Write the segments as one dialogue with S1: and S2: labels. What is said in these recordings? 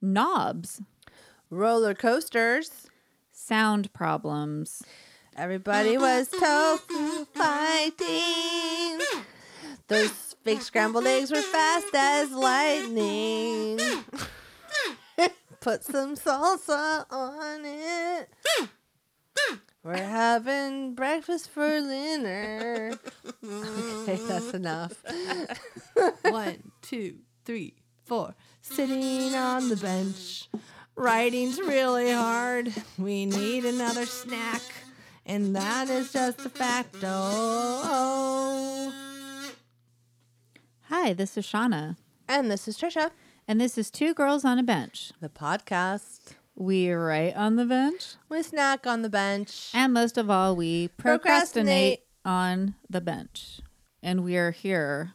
S1: knobs,
S2: Roller coasters.
S1: sound problems.
S2: Everybody was tofu fighting. Those fake scrambled eggs were fast as lightning. Put some salsa on it. We're having breakfast for dinner. Okay, that's enough.
S3: One, two, three, four. Sitting on the bench. Writing's really hard. We need another snack. And that is just a fact. Oh.
S1: Hi, this is Shauna,
S2: And this is Trisha,
S1: and this is Two Girls on a Bench.
S2: the podcast.
S1: We're right on the bench,
S2: We snack on the bench.
S1: and most of all, we procrastinate,
S2: Procrastinate.
S1: on the bench. And we are here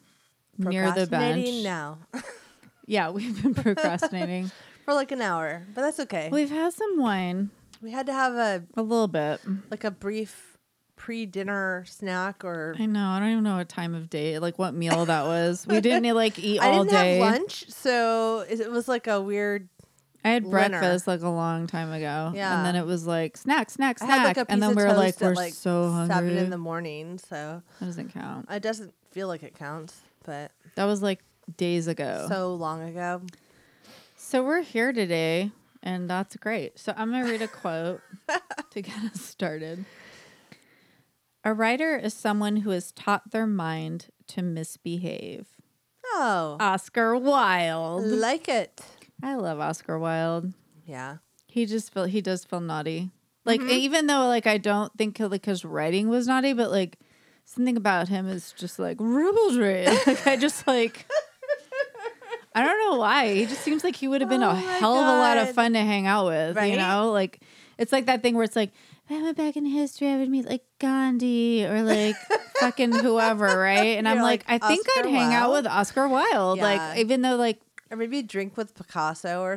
S1: near the bench.
S2: Procrastinating now
S1: Yeah, we've been procrastinating.
S2: for like an hour, but that's okay.
S1: we've had some wine,
S2: We had to have a
S1: a little bit.
S2: like a brief pre-dinner snack or
S1: I know. I don't even know what time of day, like what meal that was. We didn't like eat
S2: I
S1: all
S2: didn't
S1: day.
S2: have lunch, so it it was like a weird.
S1: I had
S2: Winner.
S1: breakfast like a long time ago.
S2: Yeah.
S1: And then it was like snack, snack,
S2: I
S1: snack.
S2: had like a piece
S1: and then
S2: of
S1: we were
S2: toast
S1: like,
S2: at
S1: we're
S2: like
S1: so hungry.
S2: seven in the morning, so
S1: that doesn't count.
S2: it doesn't feel like it counts, but
S1: That was like days ago. So,
S2: so long ago.
S1: we're here today, and that's great. So I'm going to read a quote to get us started. A writer is someone who has taught their mind to misbehave.
S2: Oh,
S1: Oscar Wilde.
S2: like it.
S1: I love Oscar Wilde.
S2: Yeah,
S1: He just feel he does feel naughty. Like
S2: Mm-hmm.
S1: even though like I don't think like his writing was naughty, but like something about him is just like ribaldry. like I just like I don't know why. He just seems like he would have been
S2: Oh
S1: a
S2: my
S1: hell of a lot of
S2: God.
S1: fun to hang out with. You
S2: Right?
S1: know, like it's like that thing where it's like if I went back in history, I would meet like Gandhi or like fucking whoever, right? And I'm
S2: You're
S1: like,
S2: like,
S1: I think
S2: Oscar
S1: I'd hang out
S2: Wilde?
S1: with Oscar Wilde.
S2: Yeah.
S1: Like even though like
S2: or maybe drink with Picasso or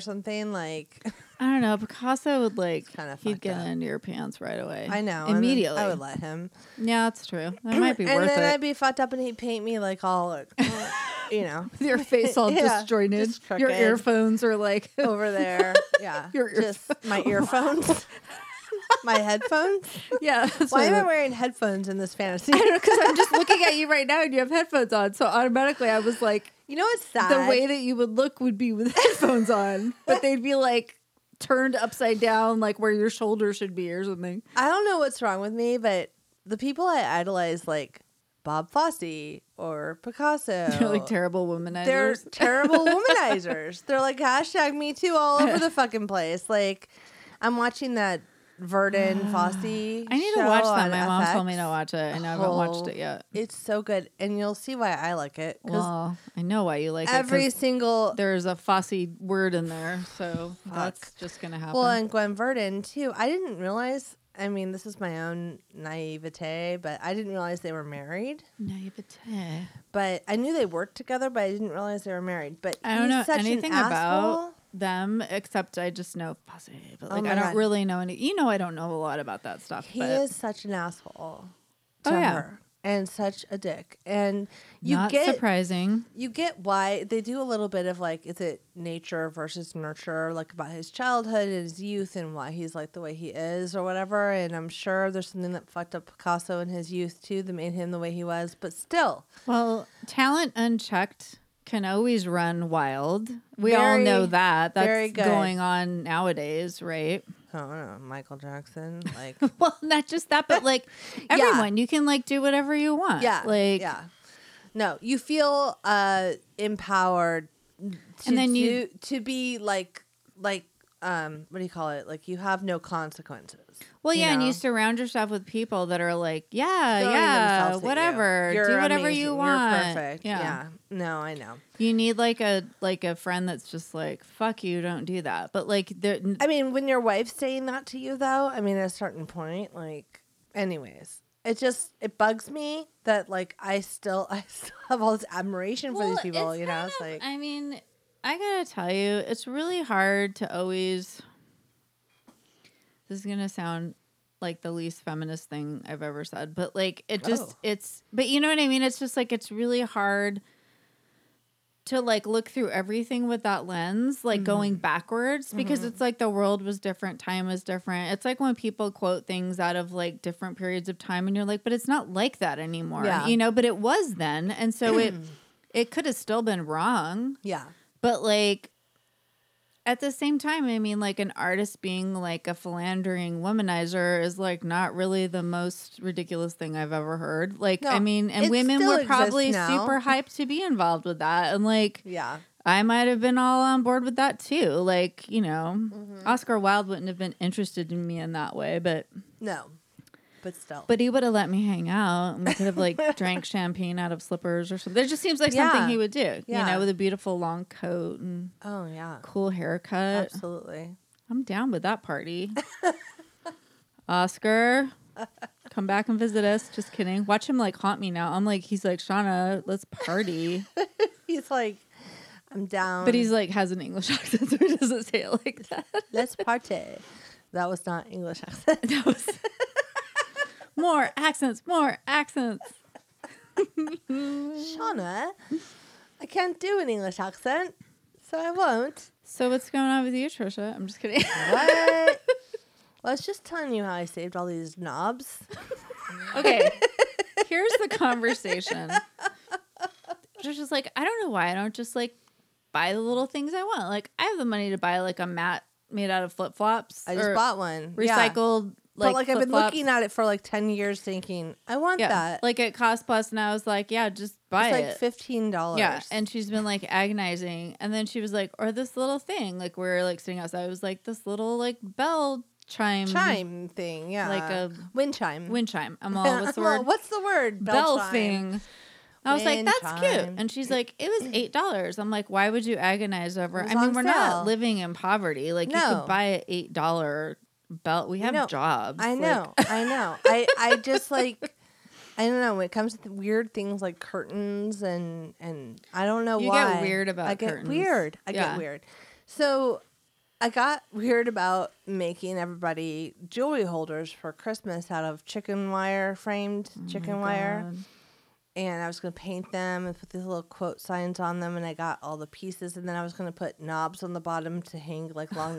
S2: something like.
S1: I don't know. Picasso would like
S2: kinda
S1: he'd
S2: fucked
S1: get
S2: up.
S1: into your pants right away.
S2: I know and then
S1: immediately.
S2: I would let him.
S1: Yeah, that's true. That might be
S2: and
S1: worth
S2: then I'd
S1: it.
S2: be fucked up, and he'd paint me like all, like, you know,
S1: your face all
S2: Yeah,
S1: disjointed.
S2: just
S1: your
S2: crooked.
S1: earphones are like
S2: over there. Yeah.
S1: Your
S2: just my earphones. my headphones.
S1: yeah. that's
S2: Why
S1: what
S2: am I
S1: it-
S2: wearing headphones in this fantasy?
S1: Because I'm just looking at you right now, and you have headphones on. So automatically, I was like,
S2: you know what's sad?
S1: the way that you would look would be with headphones on, but they'd be like turned upside down, like where your shoulder should be or something.
S2: I don't know what's wrong with me, but the people I idolize like Bob Fosse or Picasso.
S1: They're like terrible womanizers.
S2: they're terrible womanizers. They're like hashtag me too all over the fucking place. Like I'm watching that Verdon Fosse. I
S1: I need to watch that. My mom told me to watch it, and I haven't watched
S2: whole-
S1: it yet.
S2: It's so good, and you'll see why I like it. Oh. 'cause
S1: Well, I know why you like it.
S2: every
S1: 'cause
S2: single
S1: There's a fussy word in there, so that's just gonna happen.
S2: Well, and Gwen Verdon too. I didn't realize. I mean, this is my own naivete, but I didn't realize they were married.
S1: Naivete.
S2: But I knew they worked together, but I didn't realize they were married. But
S1: I don't
S2: he's
S1: know
S2: such an
S1: anything
S2: asshole.
S1: about them except I just know fussy, but
S2: Oh
S1: like
S2: my
S1: I don't
S2: God.
S1: really know any. You know, I don't know a lot about that stuff.
S2: He
S1: but
S2: is such an asshole to
S1: Oh, yeah.
S2: her, and such a dick. And you
S1: not
S2: get
S1: surprising.
S2: you get why they do a little bit of like is it nature versus nurture like about his childhood and his youth and why he's like the way he is or whatever and i'm sure there's something that fucked up picasso in his youth too that made him the way he was but still
S1: Well, talent unchecked can always run wild. We all
S2: Very-
S1: know that. That's
S2: very good.
S1: going on nowadays, right?
S2: i don't know michael jackson like
S1: Well, not just that, but like everyone, you can like do whatever you want.
S2: yeah
S1: like
S2: yeah no you feel uh empowered to
S1: And then you-
S2: do, to be like like um what do you call it like you have no consequences
S1: Well,
S2: you
S1: yeah, and you
S2: know?
S1: surround yourself with people that are like, yeah,
S2: throwing
S1: Uh, yeah,
S2: themselves at you.
S1: whatever,
S2: You're
S1: do whatever
S2: amazing.
S1: you want.
S2: You're perfect. Yeah. No, I know.
S1: you need like a like a friend that's just like, fuck you, don't do that. But like, there- n-
S2: I mean, when your wife's saying that to you, though, I mean, at a certain point, like, anyways, it just it bugs me that like I still I still have all this admiration for these people.
S1: it's
S2: You know,
S1: kind
S2: it's
S1: of-
S2: like
S1: I mean, I gotta tell you, it's really hard to always. This is gonna sound like the least feminist thing I've ever said, but like it just
S2: Oh.
S1: it's but you know what I mean. It's just like it's really hard to like look through everything with that lens, like
S2: Mm-hmm.
S1: going backwards, because it's like the world was different, time was different. It's like when people quote things out of like different periods of time, and you're like, but it's not like that anymore,
S2: Yeah.
S1: you know. But it was then, and so it it could have still been wrong,
S2: Yeah.
S1: but like at the same time, I mean, like an artist being like a philandering womanizer is like not really the most ridiculous thing I've ever heard. Like,
S2: No,
S1: I mean, and
S2: it
S1: women
S2: still
S1: were
S2: exists
S1: probably
S2: now.
S1: super hyped to be involved with that. And like,
S2: Yeah.
S1: I might have been all on board with that too. Like, you know,
S2: Mm-hmm.
S1: Oscar Wilde wouldn't have been interested in me in that way, but
S2: No. But still.
S1: but he would have let me hang out and we could have like drank champagne out of slippers or something. It just seems like
S2: Yeah.
S1: something he would do, you
S2: Yeah.
S1: know, with a beautiful long coat and
S2: oh yeah.
S1: cool haircut.
S2: Absolutely.
S1: I'm down with that party. Oscar, come back and visit us. Just kidding. Watch him like haunt me now. I'm like, he's like, Shauna, let's party.
S2: He's like, I'm down.
S1: But he's like, has an English accent, so he doesn't say it like that.
S2: let's party. That was not English accent.
S1: That was more accents, more accents.
S2: Shauna, I can't do an English accent, so I won't.
S1: So what's going on with you, Trisha? I'm just kidding.
S2: What? I was just telling you how I saved all these knobs.
S1: okay. Here's the conversation. Trisha's like, I don't know why I don't just like buy the little things I want. Like I have the money to buy like a mat made out of flip flops.
S2: I just bought one. Yeah.
S1: recycled like,
S2: but like I've been looking at it for like ten years, thinking I want
S1: yeah.
S2: that.
S1: Like at Cost Plus, and I was like, yeah, just buy
S2: it's
S1: it.
S2: like fifteen dollars.
S1: yeah, and she's been like agonizing, and then she was like, or this little thing, like we're like sitting outside. It was like this little like bell chime,
S2: chime thing. Yeah,
S1: like a
S2: wind chime.
S1: wind chime. I'm all what's the
S2: Well,
S1: word?
S2: what's the word?
S1: bell
S2: chime.
S1: thing. I was like,
S2: Wind
S1: that's
S2: chime.
S1: cute. And she's like, it was eight dollars. I'm like, why would you agonize over?
S2: It
S1: I
S2: was
S1: mean,
S2: on
S1: we're
S2: sale.
S1: not living in poverty. Like you
S2: No.
S1: could buy an eight dollar belt. We have
S2: know.
S1: jobs.
S2: I
S1: Like,
S2: know. I know. I I just like. I don't know. When it comes to th- weird things like curtains and and I don't know
S1: You get
S2: why
S1: weird about
S2: I get
S1: curtains.
S2: weird. I get
S1: Yeah.
S2: weird. So I got weird about making everybody jewelry holders for Christmas out of chicken wire framed chicken wire.
S1: Oh God.
S2: and I was going to paint them and put these little quote signs on them, and I got all the pieces, and then I was going to put knobs on the bottom to hang like long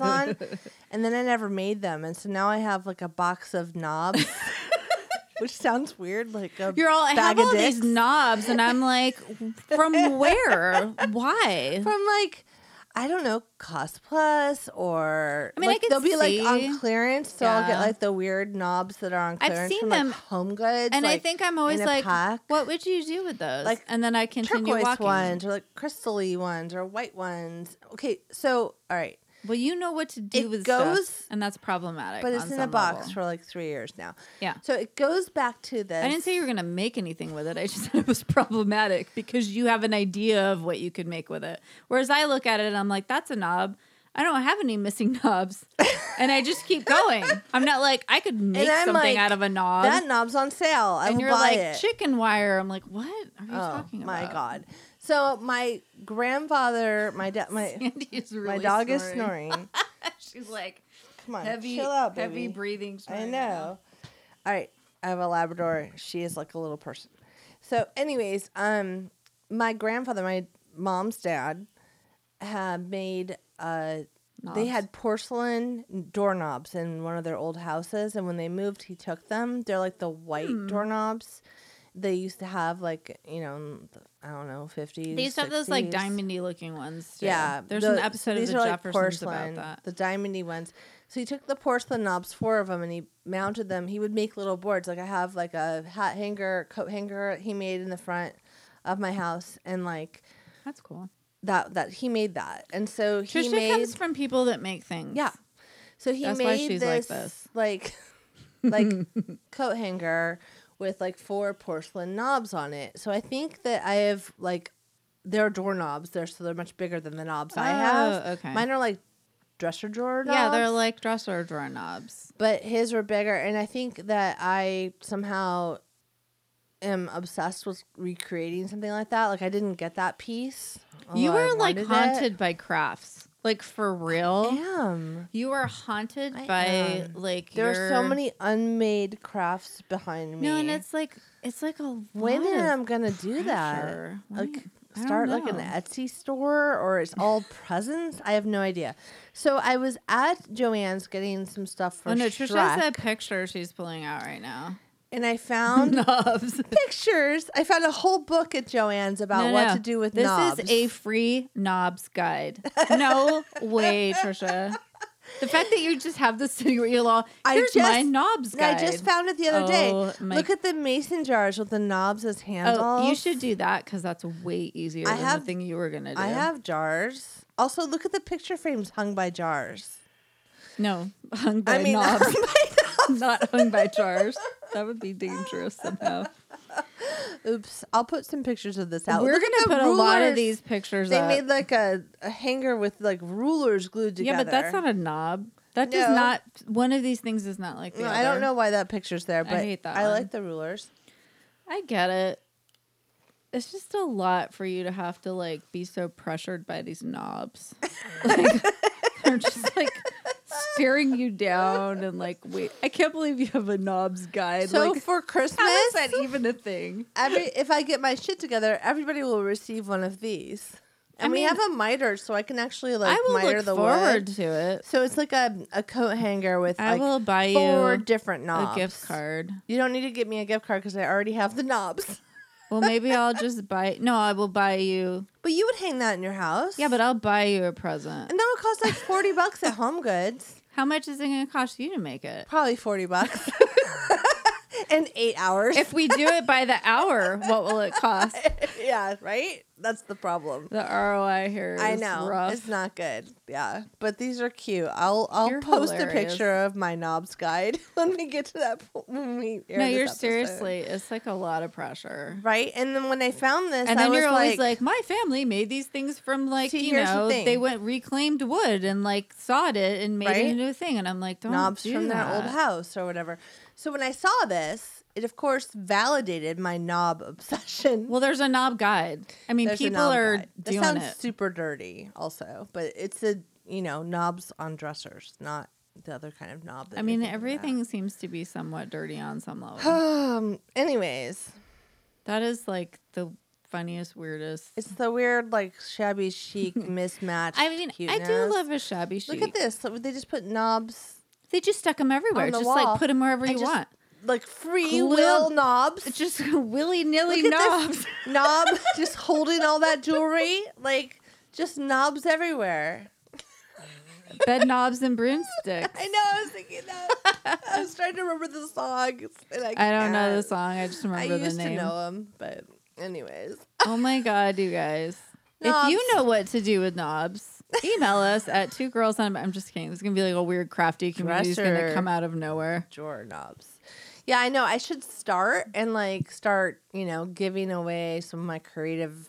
S2: on, and then I never made them, and so now I have like a box of knobs, which sounds weird, like a
S1: You're all I have
S2: bag of
S1: all
S2: dicks
S1: these knobs, and I'm like, from where? Why?
S2: from like. I don't know, Cost Plus or
S1: I mean, I
S2: like,
S1: could
S2: they'll be like
S1: see.
S2: on clearance, so I'll get
S1: Yeah.
S2: like the weird knobs that are on
S1: I've
S2: clearance
S1: seen
S2: from
S1: them,
S2: like Home Goods,
S1: and I
S2: like,
S1: think I'm always
S2: in a
S1: like,
S2: pack.
S1: what would you do with those?
S2: Like,
S1: and then I continue
S2: turquoise
S1: walking.
S2: ones or like crystally ones or white ones. Okay, so all right,
S1: Well, you know what to do
S2: It
S1: with
S2: goes-
S1: stuff, and that's problematic.
S2: but it's
S1: on
S2: in a
S1: some
S2: box
S1: level.
S2: for like three years now.
S1: Yeah.
S2: So it goes back to this.
S1: I didn't say you were going to make anything with it. I just said it was problematic because you have an idea of what you could make with it. Whereas I look at it and I'm like, that's a knob. I don't have any missing knobs. and I just keep going. I'm not like, I could make
S2: I'm
S1: something
S2: like,
S1: out of a knob.
S2: that knob's on sale. I
S1: and
S2: will
S1: you're
S2: buy
S1: like,
S2: it.
S1: chicken wire. I'm like, what are you
S2: oh
S1: talking about?
S2: my god! So my grandfather, my dad, my
S1: Andy is really
S2: my dog
S1: snoring.
S2: is snoring.
S1: She's like,
S2: Come on,
S1: heavy,
S2: chill out,
S1: heavy
S2: baby.
S1: breathing.
S2: I
S1: snoring right now.
S2: know. All right, I have a Labrador. She is like a little person. So, anyways, um, my grandfather, my mom's dad, had made uh, they
S1: Knobs.
S2: had porcelain doorknobs in one of their old houses, and when they moved, he took them. They're like the white
S1: Hmm.
S2: doorknobs. They used to have like you know, in the- I don't know, fifties.
S1: They used to have those like
S2: diamond.
S1: diamondy looking ones. too.
S2: Yeah,
S1: There's
S2: the-
S1: an
S2: so
S1: episode of
S2: these
S1: the
S2: are, like,
S1: Jeffersons about that.
S2: The diamondy ones. So he took the porcelain knobs, four of them, and he mounted them. He would make little boards. Like I have like a hat hanger, coat hanger he made in the front of my house, and like
S1: That's cool.
S2: that that he made that. And so he
S1: Trisha
S2: made
S1: comes from people that make things.
S2: yeah. So he
S1: That's
S2: made
S1: why she's like
S2: this, like like coat hanger with like four porcelain knobs on it. So I think that I have like they're doorknobs. They're so they're much bigger than the knobs I have.
S1: Oh, okay.
S2: Mine are like dresser drawer knobs.
S1: Yeah, they're like dresser drawer knobs.
S2: but his were bigger and I think that I somehow am obsessed with recreating something like that. Like I didn't get that piece.
S1: you
S2: although Oh, I
S1: are like
S2: wanted it.
S1: haunted by crafts. Like for
S2: I
S1: real.
S2: am.
S1: You are haunted
S2: I
S1: by
S2: am.
S1: like
S2: There are so
S1: your-
S2: many unmade crafts behind me.
S1: No, and it's like it's like a
S2: When
S1: lot of
S2: am I gonna do that?
S1: pressure.
S2: Like,
S1: When- don't
S2: start like an
S1: know.
S2: Etsy store or it's all presents? I have no idea. So I was at Joanne's getting some stuff for
S1: Oh no,
S2: Shrek, Um,
S1: Trisha's that picture she's pulling out right now.
S2: and I found
S1: Knobs.
S2: pictures. I found a whole book at Joanne's about
S1: No,
S2: what
S1: no.
S2: to do with
S1: this
S2: knobs.
S1: is a free knobs guide. No way, Trisha. The fact that you just have this sitting where you're all
S2: I
S1: here's my
S2: just-
S1: knobs
S2: I
S1: guide.
S2: just found it the other day.
S1: Oh, my-
S2: Look at the mason jars with the knobs as handles.
S1: Oh, you should do that because that's way easier
S2: I
S1: than
S2: have-
S1: the thing you were gonna do.
S2: I have jars. Also, look at the picture frames hung by jars.
S1: no hung by
S2: I mean,
S1: knobs, not hung by jars. That would be dangerous somehow.
S2: oops. I'll put some pictures of this out.
S1: We're
S2: Look at
S1: gonna
S2: the
S1: put a lot of
S2: rulers.
S1: these pictures.
S2: They
S1: up.
S2: made like a, a hanger with like rulers glued together.
S1: yeah, but that's not a knob. That does
S2: No.
S1: not. One of these things is not like the
S2: No,
S1: other.
S2: I don't know why that picture's there, but I,
S1: hate that one.
S2: like the rulers.
S1: I get it. It's just a lot for you to have to like be so pressured by these knobs. Like, they're just like staring you down and like, wait, I can't believe you have a knobs guide.
S2: So
S1: like,
S2: for Christmas,
S1: how is that even a thing?
S2: every if I get my shit together, everybody will receive one of these.
S1: I
S2: And we
S1: mean-
S2: have a miter, so I can actually like
S1: I will
S2: miter
S1: look
S2: the
S1: forward
S2: wood.
S1: to it.
S2: So it's like a, a coat hanger with
S1: I
S2: like
S1: will buy
S2: four
S1: you
S2: different knobs.
S1: a gift card.
S2: You don't need to get me a gift card because I already have the knobs.
S1: Well, maybe I'll just buy. No, I will buy you.
S2: But you would hang that in your house.
S1: Yeah, but I'll buy you a present.
S2: and that would cost like forty bucks at Home Goods.
S1: How much is it going to cost you to make it?
S2: Probably forty bucks. in eight hours.
S1: If we do it by the hour, what will it cost?
S2: yeah, right. That's the problem.
S1: The ROI here is
S2: I know
S1: rough.
S2: it's not good. Yeah, but these are cute. I'll I'll
S1: You're
S2: post a
S1: hilarious.
S2: picture of my knobs guide when we get to that po- when we. air
S1: no,
S2: this
S1: you're
S2: episode.
S1: seriously. It's like a lot of pressure.
S2: right. And then when I found this,
S1: And
S2: I
S1: then
S2: was
S1: you're
S2: like,
S1: always like, my family made these things from like
S2: See,
S1: you
S2: here's the
S1: know
S2: thing.
S1: they went reclaimed wood and like sawed it and made it
S2: Right?
S1: into a thing. And I'm like, don't
S2: knobs
S1: do
S2: from that. old house or whatever. So when I saw this, it of course validated my knob obsession.
S1: Well, there's a knob guide. I mean,
S2: There's a
S1: people
S2: knob
S1: are
S2: guide. That
S1: doing
S2: sounds
S1: it.
S2: super dirty, also, but it's a you know knobs on dressers, not the other kind of knob.
S1: I
S2: That you're
S1: mean,
S2: thinking about.
S1: everything seems to be somewhat dirty on some level.
S2: Um. Anyways,
S1: that is like the funniest, weirdest.
S2: It's the weird, like shabby chic mismatched.
S1: I mean, I
S2: cuteness.
S1: do love a shabby chic.
S2: Look at this. Look, They just put knobs,
S1: They just stuck them everywhere.
S2: the
S1: Just
S2: wall.
S1: like put them wherever
S2: I
S1: you
S2: just-
S1: want.
S2: like free
S1: Glued-
S2: will knobs.
S1: It's just willy nilly
S2: Look at
S1: knobs.
S2: this knob just holding all that jewelry, like just knobs everywhere.
S1: Bed knobs and broomsticks.
S2: I know. I was thinking that. I was trying to remember the song. And I,
S1: I don't know the
S2: can't.
S1: song. I just
S2: I
S1: remember the
S2: used to
S1: name.
S2: know them, but anyways,
S1: Oh my god, you guys. If
S2: Knobs.
S1: you know what to do with knobs, email us at two girls on. I'm just kidding. It's gonna be like a weird crafty community gonna
S2: Dresser.
S1: come out of nowhere.
S2: drawer knobs. Yeah, I know. I should start and like start, you know, giving away some of my creative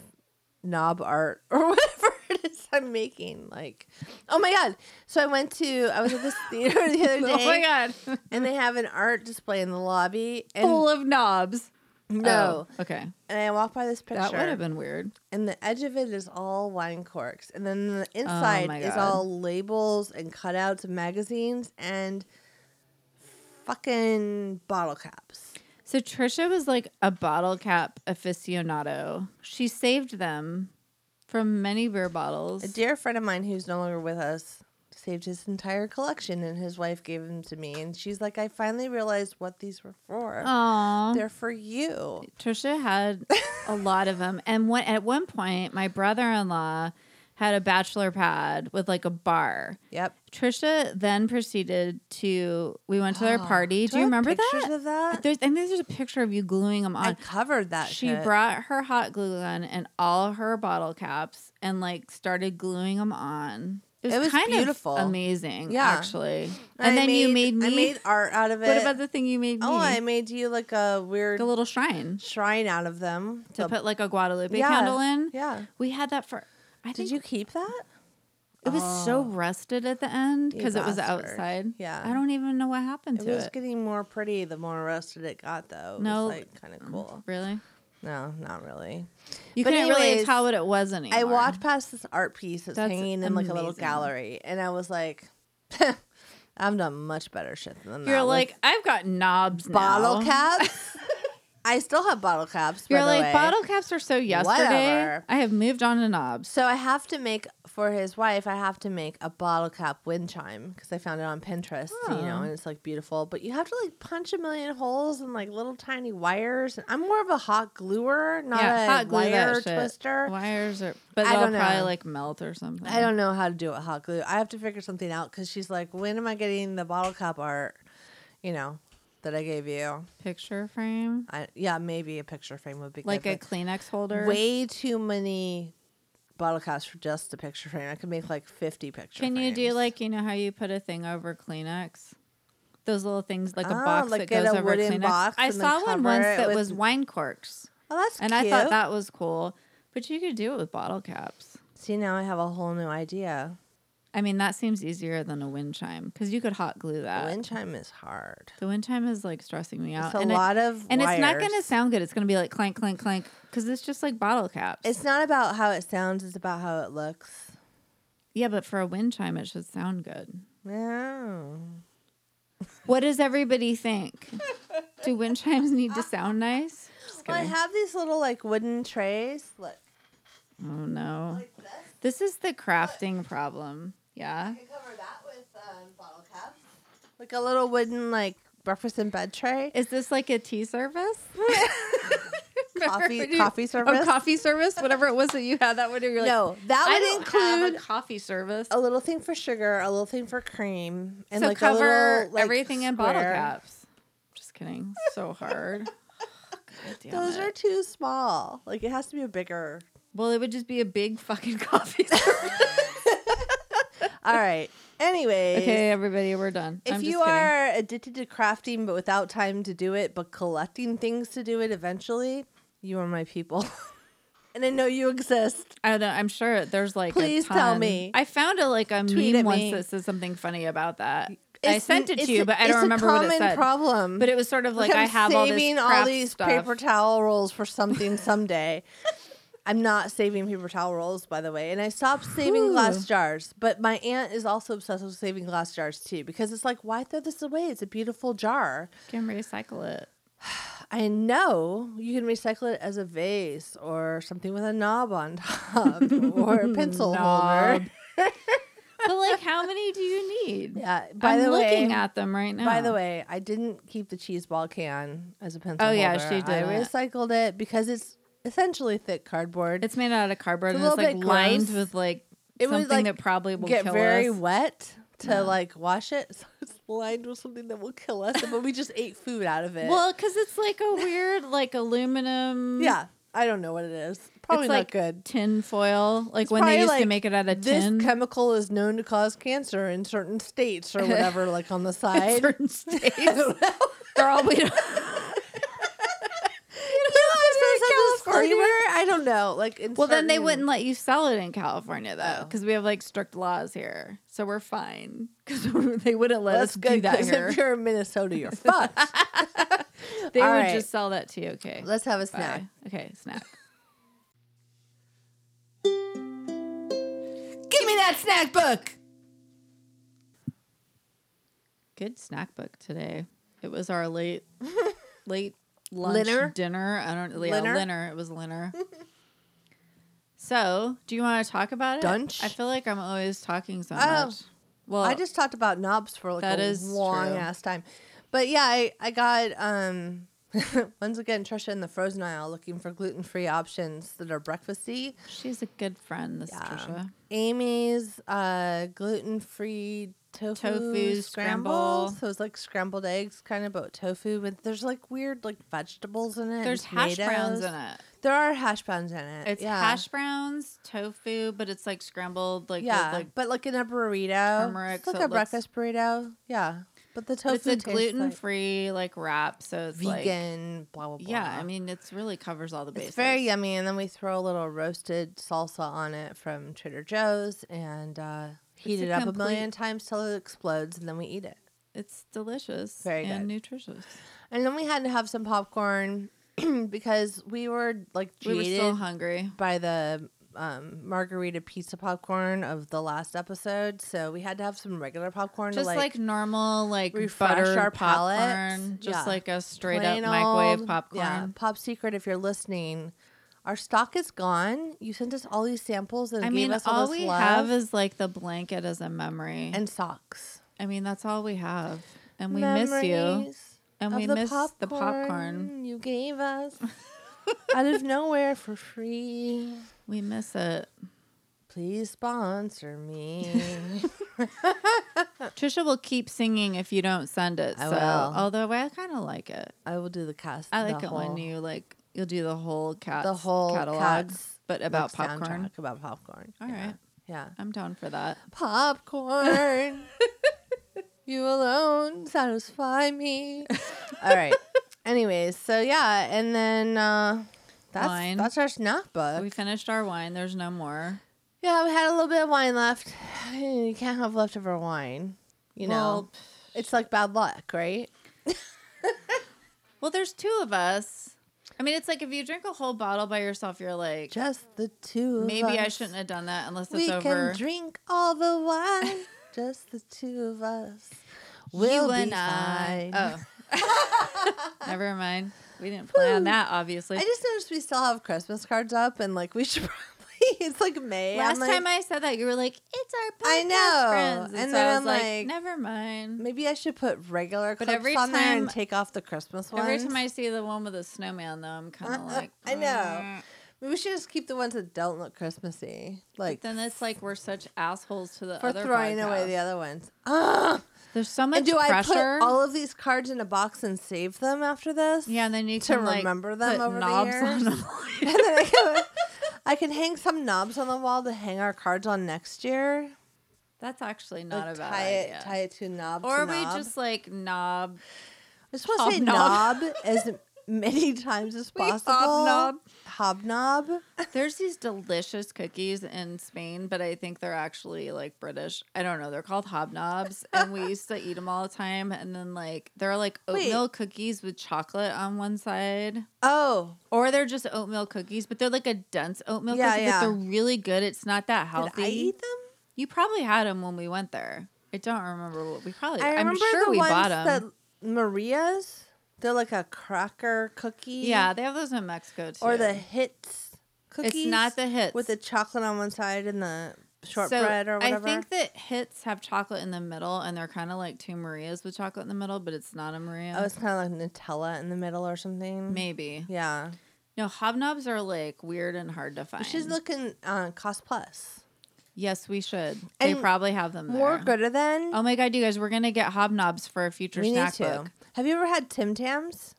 S2: knob art or whatever it is I'm making. Like, oh my god! So I went to I was at this theater the other day,
S1: Oh my god,
S2: and they have an art display in the lobby. And
S1: full of knobs.
S2: no,
S1: Oh, okay,
S2: and I walked by this picture,
S1: that would have been weird.
S2: and the edge of it is all wine corks, and then the inside
S1: Oh my
S2: is
S1: God.
S2: all labels and cutouts of magazines and fucking bottle caps.
S1: So Trisha was like a bottle cap aficionado. She saved them from many beer bottles.
S2: A dear friend of mine who's no longer with us saved his entire collection and his wife gave them to me and she's like I finally realized what these were for.
S1: Aw.
S2: They're for you.
S1: Trisha had a lot of them, and one, at one point, my brother-in-law had a bachelor pad with like a bar.
S2: Yep.
S1: Trisha then proceeded to. We went to their party. Do you
S2: Oh, I have
S1: remember
S2: pictures
S1: that?
S2: of that?
S1: There's, and there's a picture of you gluing them on.
S2: I covered that
S1: she
S2: shit.
S1: brought her hot glue gun and all her bottle caps and like started gluing them on. It was,
S2: It was
S1: kind
S2: beautiful.
S1: of amazing,
S2: Yeah.
S1: actually.
S2: I
S1: And then you made me.
S2: I made art out of it.
S1: what about the thing you made me?
S2: Oh, I made you like a weird
S1: the little shrine
S2: shrine out of them.
S1: to
S2: The-
S1: put like a Guadalupe
S2: Yeah.
S1: candle in.
S2: Yeah.
S1: We had that for. I
S2: Did
S1: think
S2: you keep that?
S1: it was so rusted at the end
S2: You
S1: because it was
S2: bastard.
S1: outside.
S2: Yeah.
S1: I don't even know what happened
S2: It
S1: to
S2: was
S1: it.
S2: getting more pretty the more rusted it got though. It
S1: No. Mm.
S2: was like kind of cool.
S1: Really?
S2: No, not really.
S1: You
S2: But
S1: couldn't really
S2: anyways,
S1: tell what it was anymore.
S2: I walked past this art piece that's,
S1: That's
S2: hanging in like a little
S1: amazing.
S2: gallery, and I was like, "I've done much better shit than that."
S1: You're
S2: with
S1: like, I've got knobs
S2: bottle
S1: now.
S2: caps I still have bottle caps. by
S1: You're
S2: the
S1: like
S2: way.
S1: bottle caps are so yesterday.
S2: Whatever.
S1: I have moved on to knobs.
S2: So I have to make for his wife. I have to make a bottle cap wind chime because I found it on Pinterest. You know,
S1: Oh.
S2: and it's like beautiful. But you have to like punch a million holes and like little tiny wires. And I'm more of a hot gluer, not a
S1: that
S2: wire
S1: shit.
S2: twister.
S1: Wires are, but
S2: I
S1: they'll
S2: don't know.
S1: probably like melt or something.
S2: I don't know how to do it hot glue. I have to figure something out because she's like, when am I getting the bottle cap art? You know, that I gave you.
S1: picture frame,
S2: I yeah, maybe a picture frame would be
S1: like
S2: good,
S1: a
S2: but-
S1: Kleenex holder.
S2: way too many bottle caps for just a picture frame. I could make like 50 picture
S1: Can you do
S2: frames.
S1: like you know how you put a thing over Kleenex? Those little things like a
S2: Oh,
S1: box
S2: like
S1: that
S2: get
S1: goes
S2: a
S1: over
S2: wooden
S1: Kleenex.
S2: box
S1: I
S2: and then
S1: saw one
S2: cover
S1: once
S2: it
S1: that
S2: with-
S1: was wine corks,
S2: Oh, that's
S1: and I thought
S2: cute.
S1: that was cool. But you could do it with bottle caps.
S2: See, now I have a whole new idea.
S1: I mean, that seems easier than a wind chime because you could hot glue that.
S2: Wind chime is hard.
S1: The wind chime is like stressing me out.
S2: It's a
S1: and it-
S2: lot of
S1: and it's not
S2: wires.
S1: going to sound good. It's going to be like clank, clank, clank because it's just like bottle caps.
S2: It's not about how it sounds, it's about how it looks.
S1: yeah, but for a wind chime, it should sound good.
S2: Yeah.
S1: What does everybody think? Do wind chimes need to sound nice? Just
S2: Well, I
S1: kidding.
S2: have these little like wooden trays. Look.
S1: oh no, this is the crafting problem. Yeah,
S2: cover that with um, bottle caps. Like a little wooden like breakfast and bed tray.
S1: is this like a tea service?
S2: Coffee
S1: Do you-
S2: coffee service.
S1: Oh, coffee service. Whatever it was that you had that one. You're like,
S2: no, that
S1: I
S2: would
S1: don't
S2: include
S1: have a coffee service.
S2: a little thing for sugar, a little thing for cream, Oh, and
S1: so
S2: like
S1: cover
S2: a little, like,
S1: everything in bottle
S2: square.
S1: caps. Just kidding. So hard. God damn
S2: Those
S1: it.
S2: are too small. Like it has to be a bigger.
S1: well, it would just be a big fucking coffee. service.
S2: All right. Anyways,
S1: okay, everybody, we're done.
S2: if
S1: I'm
S2: you
S1: just kidding.
S2: are addicted to crafting but without time to do it, but collecting things to do it eventually, you are my people. and I know you exist.
S1: I don't, I'm sure there's like.
S2: Please
S1: a
S2: tell
S1: ton.
S2: me.
S1: I found a like a
S2: Tweet
S1: meme
S2: at
S1: once
S2: me.
S1: that says something funny about that. I sent it
S2: it's
S1: to you,
S2: a-
S1: but I
S2: it's
S1: don't
S2: a
S1: remember what it
S2: common
S1: said.
S2: Problem,
S1: But it was sort of like
S2: I'm
S1: I have all this
S2: saving
S1: crap
S2: these
S1: stuff.
S2: paper towel rolls for something someday. I'm not saving paper towel rolls, by the way, and I stopped saving glass jars. But my aunt is also obsessed with saving glass jars too, because it's like, why throw this away? It's a beautiful jar.
S1: Can recycle it.
S2: I know you can recycle it as a vase or something with a knob on top or a pencil holder.
S1: But like, how many do you need?
S2: Yeah. By
S1: I'm
S2: the
S1: looking
S2: way,
S1: at them right now.
S2: By the way, I didn't keep the cheese ball can as a pencil.
S1: Oh, yeah,
S2: holder.
S1: she
S2: I
S1: didn't.
S2: recycled it because it's essentially thick cardboard.
S1: It's made out of cardboard
S2: It's
S1: and
S2: a
S1: it's
S2: little
S1: like
S2: bit
S1: lined
S2: gross.
S1: with like
S2: It would,
S1: something
S2: like,
S1: that probably will
S2: Get
S1: kill
S2: very
S1: us.
S2: wet to like wash it, so it's lined with something that will kill us. But we just ate food out of it.
S1: Well, um, because it's like a weird like aluminum.
S2: yeah, I don't know what it is. Probably
S1: it's
S2: not
S1: like
S2: good.
S1: tin foil. Like when
S2: probably
S1: they used
S2: like
S1: to make it out of
S2: This
S1: tin.
S2: chemical is known to cause cancer in certain states or whatever, like on the side.
S1: certain states. Girl, we don't.
S2: Is that a disclaimer? I don't know. Like, in
S1: Well, then they
S2: certain-
S1: wouldn't let you sell it in California though,
S2: Oh.
S1: because we have like strict laws here, so we're fine. Because they wouldn't let
S2: That's
S1: us
S2: good.
S1: do that
S2: 'cause
S1: here.
S2: if you're in Minnesota, you're fucked.
S1: They would
S2: All right.
S1: just sell that to you. Okay,
S2: Let's have
S1: Bye.
S2: a snack.
S1: Okay, snack.
S3: Give me that snack book.
S1: Good snack book today. It was our late, late lunch
S2: Linner?
S1: dinner. I don't. Yeah,
S2: Linner?
S1: linner. It was linner. so, do you want to talk about it?
S2: Dunch?
S1: I feel like I'm always talking so
S2: Oh.
S1: much. Well,
S2: I just talked about knobs for like
S1: That
S2: a
S1: is
S2: long
S1: true.
S2: ass time. But yeah, I, I got um once again Trisha in the frozen aisle looking for gluten free options that are breakfasty.
S1: she's a good friend. This Trisha.
S2: Amy's uh gluten free tofu,
S1: Tofu
S2: scramble.
S1: scramble.
S2: So it's like scrambled eggs kind of but there's with there's like weird like vegetables in it.
S1: There's hash browns in it.
S2: There are hash browns in it.
S1: It's
S2: yeah.
S1: hash browns, tofu, but it's like scrambled, like
S2: yeah,
S1: with, like
S2: but like in a burrito,
S1: turmeric,
S2: it's like
S1: so it
S2: a
S1: looks-
S2: breakfast burrito. Yeah, but the tofu
S1: but it's a
S2: tastes like-
S1: gluten free like wrap, so it's like-
S2: vegan, blah blah blah.
S1: yeah, I mean, it's really covers all the bases.
S2: it's very yummy. And then we throw a little roasted salsa on it from Trader Joe's and uh, heat
S1: a
S2: it up
S1: complete-
S2: a million times till it explodes, and then we eat it.
S1: It's delicious,
S2: Very
S1: and
S2: good.
S1: nutritious.
S2: And then we had to have some popcorn because we were like
S1: We were
S2: jaded
S1: still hungry.
S2: by the um, margarita pizza popcorn of the last episode, so we had to have some regular popcorn.
S1: Just
S2: to,
S1: like, normal, like
S2: refresh
S1: buttered
S2: our palate.
S1: popcorn, just
S2: Yeah.
S1: like a straight
S2: plain
S1: up microwave
S2: old-
S1: popcorn.
S2: Yeah, Pop Secret, if you're listening, our stock is gone. You sent us all these samples and
S1: I
S2: gave
S1: mean,
S2: us all,
S1: all
S2: this
S1: we
S2: love
S1: have is like the blanket as a memory, and
S2: and socks.
S1: I mean that's all we have, and we miss you.
S2: Memories
S1: And
S2: of
S1: we miss the popcorn.
S2: you gave us out of nowhere for free.
S1: We miss it.
S2: Please sponsor me.
S1: Trisha will keep singing if you don't send it.
S2: I
S1: so,
S2: will.
S1: although I kind of like it.
S2: I will do the cast.
S1: I like
S2: the
S1: it when
S2: whole-
S1: you like you'll do the whole cat
S2: the whole
S1: catalog,
S2: Cats
S1: but about
S2: like,
S1: popcorn.
S2: soundtrack About popcorn.
S1: All
S2: All yeah.
S1: right.
S2: yeah.
S1: I'm down for that.
S2: popcorn. you alone satisfy me. All right. Anyways, so yeah, and then uh, that's
S1: Wine.
S2: that's our snack book.
S1: We finished our wine. There's no more.
S2: yeah, we had a little bit of wine left. You can't have leftover wine. You know,
S1: Well,
S2: it's like bad luck, right?
S1: Well, there's two of us. I mean, it's like if you drink a whole bottle by yourself, you're like,
S2: Just the two. of
S1: maybe I
S2: us.
S1: shouldn't have done that unless it's
S2: We
S1: over.
S2: can drink all the wine. Just the two of us. We'll
S1: you
S2: be
S1: and I.
S2: fine.
S1: Oh, never mind. We didn't plan that. Obviously,
S2: I just noticed we still have Christmas cards up, and like we should probably. It's like May. I'm
S1: last
S2: like,
S1: time I said that, you were like, "It's our podcast
S2: I know.
S1: friends," and,
S2: And
S1: so
S2: then
S1: I was
S2: I'm
S1: like,
S2: like-
S1: "Never mind."
S2: maybe I should put regular
S1: But
S2: clips
S1: every
S2: on there
S1: time-
S2: and take off the Christmas ones.
S1: Every time I see the one with the snowman, though, I'm kind of
S2: Uh, uh,
S1: like,
S2: I know.
S1: "Mm."
S2: maybe we should just keep the ones that don't look Christmassy, like
S1: Then it's like we're such assholes to the
S2: for
S1: other
S2: throwing away the
S1: podcasts.
S2: other ones. Ugh!
S1: There's so much
S2: And do
S1: pressure.
S2: I put all of these cards in a box and save them after this?
S1: yeah, and then you
S2: to
S1: can like,
S2: remember them
S1: put
S2: over the
S1: knobs on
S2: years?
S1: them.
S2: And then I can, I can hang some knobs on the wall to hang our cards on next year.
S1: That's actually not
S2: like
S1: a bad
S2: tie
S1: idea.
S2: it, tie it to a knob. to
S1: or we
S2: knob.
S1: just like knob
S2: I just want to say
S1: Hobnob.
S2: knob as many times as
S1: We
S2: possible.
S1: hobnob.
S2: Hobnob.
S1: There's these delicious cookies in Spain, but I think they're actually like British. I don't know. They're called hobnobs, and we used to eat them all the time. And then like they're like oatmeal cookies with chocolate on one side,
S2: Oh,
S1: or they're just oatmeal cookies, but they're like a dense oatmeal
S2: Yeah,
S1: cookie.
S2: yeah.
S1: But they're really good. It's not that
S2: did
S1: healthy.
S2: I eat them?
S1: You probably had them when we went there. I don't remember what we probably.
S2: I
S1: I'm
S2: remember
S1: sure
S2: the
S1: we
S2: ones
S1: bought them.
S2: that Maria's. They're like a cracker cookie.
S1: yeah, they have those in Mexico too.
S2: Or the hits cookies.
S1: not the hits.
S2: with the chocolate on one side and the shortbread or whatever.
S1: I think that hits have chocolate in the middle, and they're kind of like two Marias with chocolate in the middle, but it's not a Maria.
S2: oh, it's kind of like Nutella in the middle or something.
S1: Maybe.
S2: Yeah,
S1: No, hobnobs are like weird and hard to find.
S2: she's looking uh, cost plus.
S1: yes, we should. They
S2: And
S1: probably have them there.
S2: More gooder than
S1: Oh my god, you guys, we're gonna get hobnobs for a future
S2: we need
S1: snack
S2: to.
S1: book.
S2: Have you ever had Tim Tams?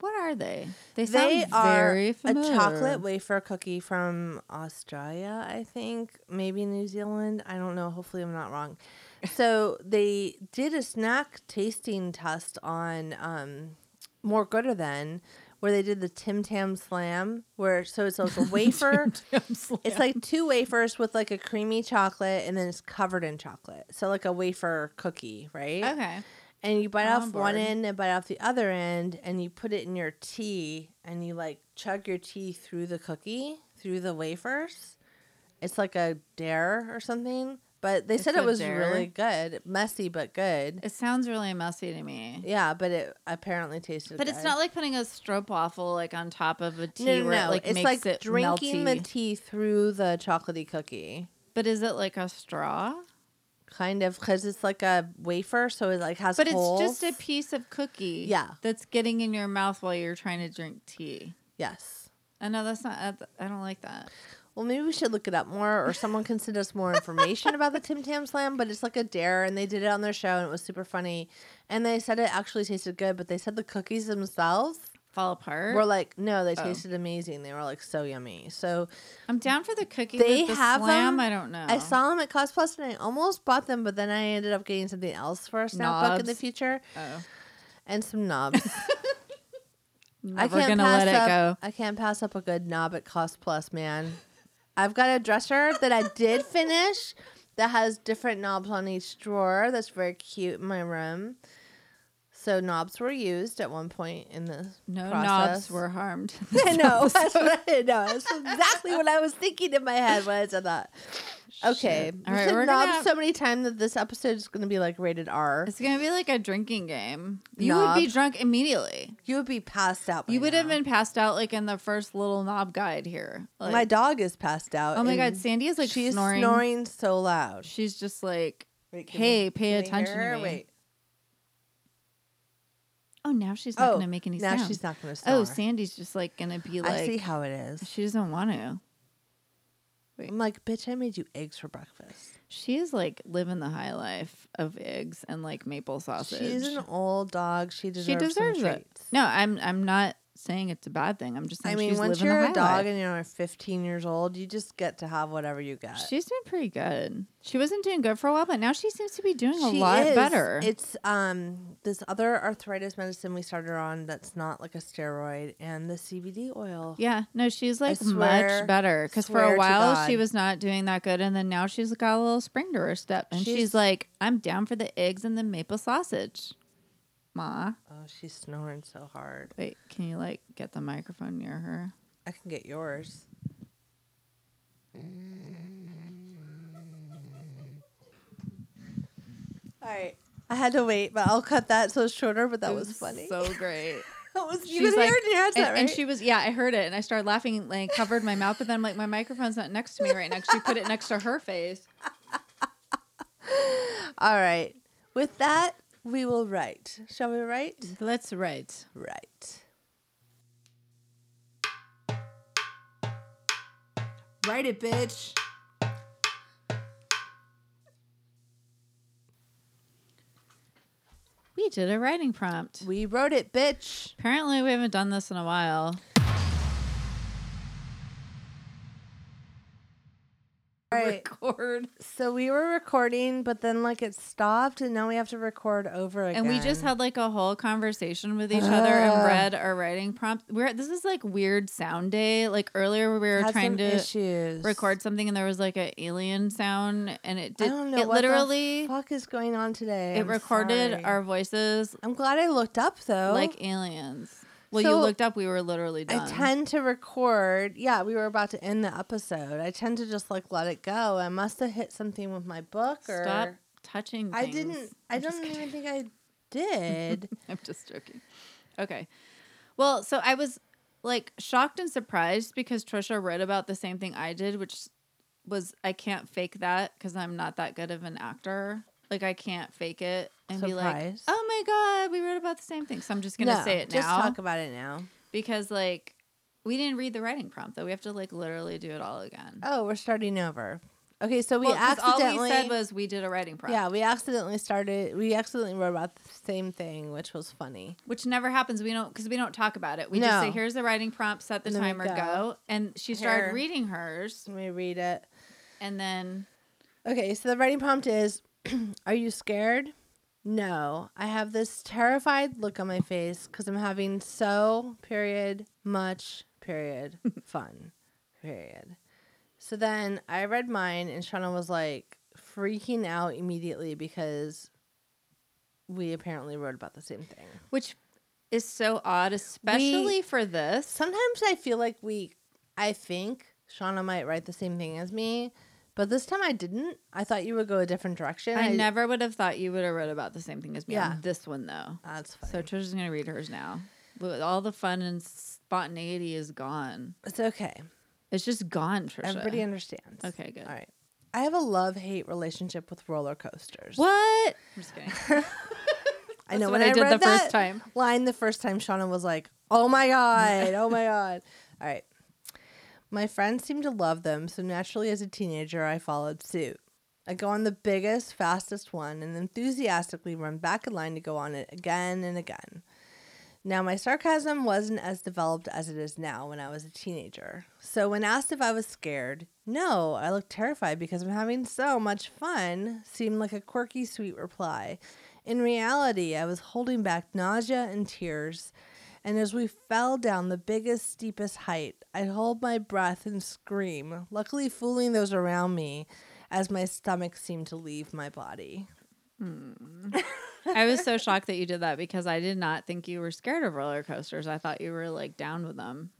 S1: What are they? They sound
S2: They are
S1: very familiar.
S2: a chocolate wafer cookie from Australia, I think, maybe New Zealand. I don't know. Hopefully, I'm not wrong. So they did a snack tasting test on um, More Gooder Than, where they did the Tim Tam Slam, where so it's like a wafer. It's like two wafers with like a creamy chocolate, and then it's covered in chocolate. So like a wafer cookie, right?
S1: Okay.
S2: and you bite
S1: I'm
S2: off
S1: on
S2: one
S1: board.
S2: end and bite off the other end and you put it in your tea and you like chug your tea through the cookie through the wafers it's like a dare or something but they said
S1: It's
S2: it
S1: a
S2: was
S1: dare?
S2: really good messy but good
S1: It sounds really messy to me.
S2: yeah but it apparently tasted
S1: But it's
S2: good.
S1: not like putting a stroopwafel like on top of a tea
S2: no, no,
S1: where it
S2: no.
S1: like
S2: it's
S1: makes
S2: like
S1: it
S2: drinking
S1: melty.
S2: the tea through the chocolatey cookie
S1: but is it like a straw?
S2: kind of because it's like a wafer so it like has
S1: But
S2: holes.
S1: it's just a piece of cookie.
S2: Yeah.
S1: That's getting in your mouth while you're trying to drink tea.
S2: yes
S1: I know that's not. I- I don't like that.
S2: Well, maybe we should look it up more, or someone can send us more information about the Tim Tam Slam. But it's like a dare, and they did it on their show, and it was super funny. And they said it actually tasted good, but they said the cookies themselves
S1: Fall apart.
S2: were like, no,
S1: Oh.
S2: they tasted amazing. They were like so yummy. So
S1: I'm down for the cookie.
S2: they
S1: with the
S2: have
S1: slam.
S2: them.
S1: I don't know.
S2: I saw them at Cost Plus, and I almost bought them, but then I ended up getting something else for a snack book in the
S1: Knobs.
S2: future,
S1: Oh,
S2: and some knobs.
S1: never
S2: I can't
S1: gonna
S2: pass
S1: let it
S2: up,
S1: go.
S2: I can't pass up a good knob at Cost Plus, man. I've got a dresser that I did finish that has different knobs on each drawer. That's very cute in my room. So knobs were used at one point in this
S1: No knobs
S2: process.
S1: were harmed.
S2: I know. That's what I know. That's exactly what I was thinking in my head when I said that. Okay.
S1: Shit. All right,
S2: All right, said
S1: we're gonna
S2: knobs
S1: have-
S2: so many times that this episode is going to be like rated R.
S1: It's gonna be like a drinking game. You would be
S2: Knob.
S1: drunk immediately.
S2: You would be passed out. by
S1: You would have
S2: now.
S1: been passed out like in the first little knob guide here. Like,
S2: my dog is passed out.
S1: oh my god,
S2: and
S1: Sandy is like
S2: she's
S1: snoring.
S2: snoring. so loud.
S1: She's just like,
S2: Wait, can we-
S1: hey, pay
S2: can we
S1: attention
S2: hear
S1: to
S2: her?
S1: me.
S2: Wait.
S1: Oh, now she's not gonna make any
S2: now
S1: sound.
S2: she's not going to snore.
S1: oh, Sandy's just like gonna be like,
S2: I see how it is.
S1: she doesn't want to.
S2: I'm like, bitch, I made you eggs for breakfast.
S1: She is like living the high life of eggs and like maple sausage.
S2: She's an old dog. She deserves,
S1: she deserves
S2: some
S1: it.
S2: treats.
S1: No, I'm I'm not saying it's a bad thing. I'm just
S2: I
S1: saying
S2: mean,
S1: she's
S2: once
S1: living
S2: you're
S1: the
S2: a
S1: high life.
S2: dog and you're 15 years old, you just get to have whatever you got.
S1: She's been pretty good. She wasn't doing good for a while, but now she seems to be doing a
S2: She
S1: lot
S2: is.
S1: better.
S2: It's um this other arthritis medicine we started her on that's not like a steroid and the CBD oil.
S1: yeah, no, she's like
S2: swear-
S1: much better because for
S2: swear
S1: a
S2: to
S1: while she
S2: God.
S1: was not doing that good, and then now she's got a little spring to her step, and she's,
S2: She's-
S1: like, "I'm down for the eggs and the maple sausage." Ma,
S2: Oh, she's snoring so hard.
S1: wait, can you like get the microphone near her?
S2: I can get yours. All right. I had to wait, but I'll cut that so it's shorter, but that
S1: It
S2: was, funny.
S1: So great.
S2: that was,
S1: She
S2: you
S1: was
S2: could
S1: like,
S2: hear it in your headset,
S1: and, and
S2: right?
S1: she was, yeah, I heard it, and I started laughing, and like covered my mouth, but then I'm like, my microphone's not next to me right now. 'cause She put it next to her face.
S2: All right. With that, we will write. Shall we write?
S1: Let's write.
S2: Right.
S3: Write it, bitch.
S1: We did a writing prompt.
S2: We wrote it, bitch.
S1: Apparently, we haven't done this in a while.
S2: All right.
S1: Record.
S2: So we were recording, but then like it stopped, and now we have to record over again. Ah.
S1: And we just had like a whole conversation with each other and read our writing prompt. We're this is like weird sound day. Like earlier, we were
S2: Had
S1: trying
S2: some
S1: to
S2: issues.
S1: record something, and there was like an alien sound, and it
S2: I
S1: did.
S2: don't know
S1: it
S2: what
S1: literally
S2: the fuck is going on today.
S1: it
S2: I'm
S1: recorded
S2: sorry.
S1: our voices
S2: I'm glad I looked up though.
S1: like aliens. Well, you
S2: So,
S1: looked up. We were literally
S2: I
S1: done.
S2: tend to record. Yeah, we were about to end the episode. I tend to just like let it go. I must have hit something with my book or
S1: Stop touching.
S2: I
S1: things.
S2: didn't. I don't even think I did.
S1: I'm just joking. Okay. Well, so I was like shocked and surprised because Trisha read about the same thing I did, which was I can't fake that because I'm not that good of an actor. Like I can't fake it and be like,
S2: Surprise.
S1: "Oh my god, we read about the same thing." So I'm just gonna
S2: No,
S1: say it
S2: Just
S1: now
S2: talk about it now.
S1: because like we didn't read the writing prompt though. We have to like literally do it all again.
S2: Oh, we're starting over. Okay, so we
S1: Well, 'cause
S2: accidentally.
S1: all we said was we did a writing prompt,
S2: yeah, we accidentally started. We accidentally wrote about the same thing, which was funny.
S1: which never happens. We don't because we don't talk about it. We just say,
S2: No.
S1: "Here's the writing prompt. Set the
S2: And then we
S1: timer, go.
S2: go.
S1: And she started
S2: Here.
S1: reading hers,
S2: Let me read it.
S1: and then
S2: Okay, so the writing prompt is Are you scared? No. I have this terrified look on my face because I'm having so, period, much, period, fun, period. So then I read mine, and Shauna was like freaking out immediately because we apparently wrote about the same thing.
S1: which is so odd, especially for this.
S2: Sometimes I feel like we, I think Shauna might write the same thing as me, but this time I didn't. I thought you would go a different direction.
S1: I, never would have thought you would have read about the same thing as me
S2: Yeah.
S1: on this one, though.
S2: That's funny.
S1: So Trisha's gonna read hers now. With all the fun and spontaneity is gone.
S2: It's okay.
S1: It's just gone, Trisha.
S2: Everybody understands.
S1: Okay, good.
S2: All right. I have a love hate relationship with roller coasters.
S1: What? I'm just kidding.
S2: I know
S1: That's what
S2: when I,
S1: I did
S2: read
S1: the first
S2: that
S1: time.
S2: Line the first time, Shauna was like, "Oh my god, oh my god." All right. My friends seem to love them, so naturally, as a teenager, I followed suit. I go on the biggest, fastest one, and enthusiastically run back in line to go on it again and again. Now, my sarcasm wasn't as developed as it is now when I was a teenager. So, when asked if I was scared, no, I looked terrified because I'm having so much fun, seemed like a quirky, sweet reply. In reality, I was holding back nausea and tears. And as we fell down the biggest, steepest height, I'd hold my breath and scream, luckily fooling those around me as my stomach seemed to leave my body.
S1: I was so shocked that you did that because I did not think you were scared of roller coasters. I thought you were like down with them.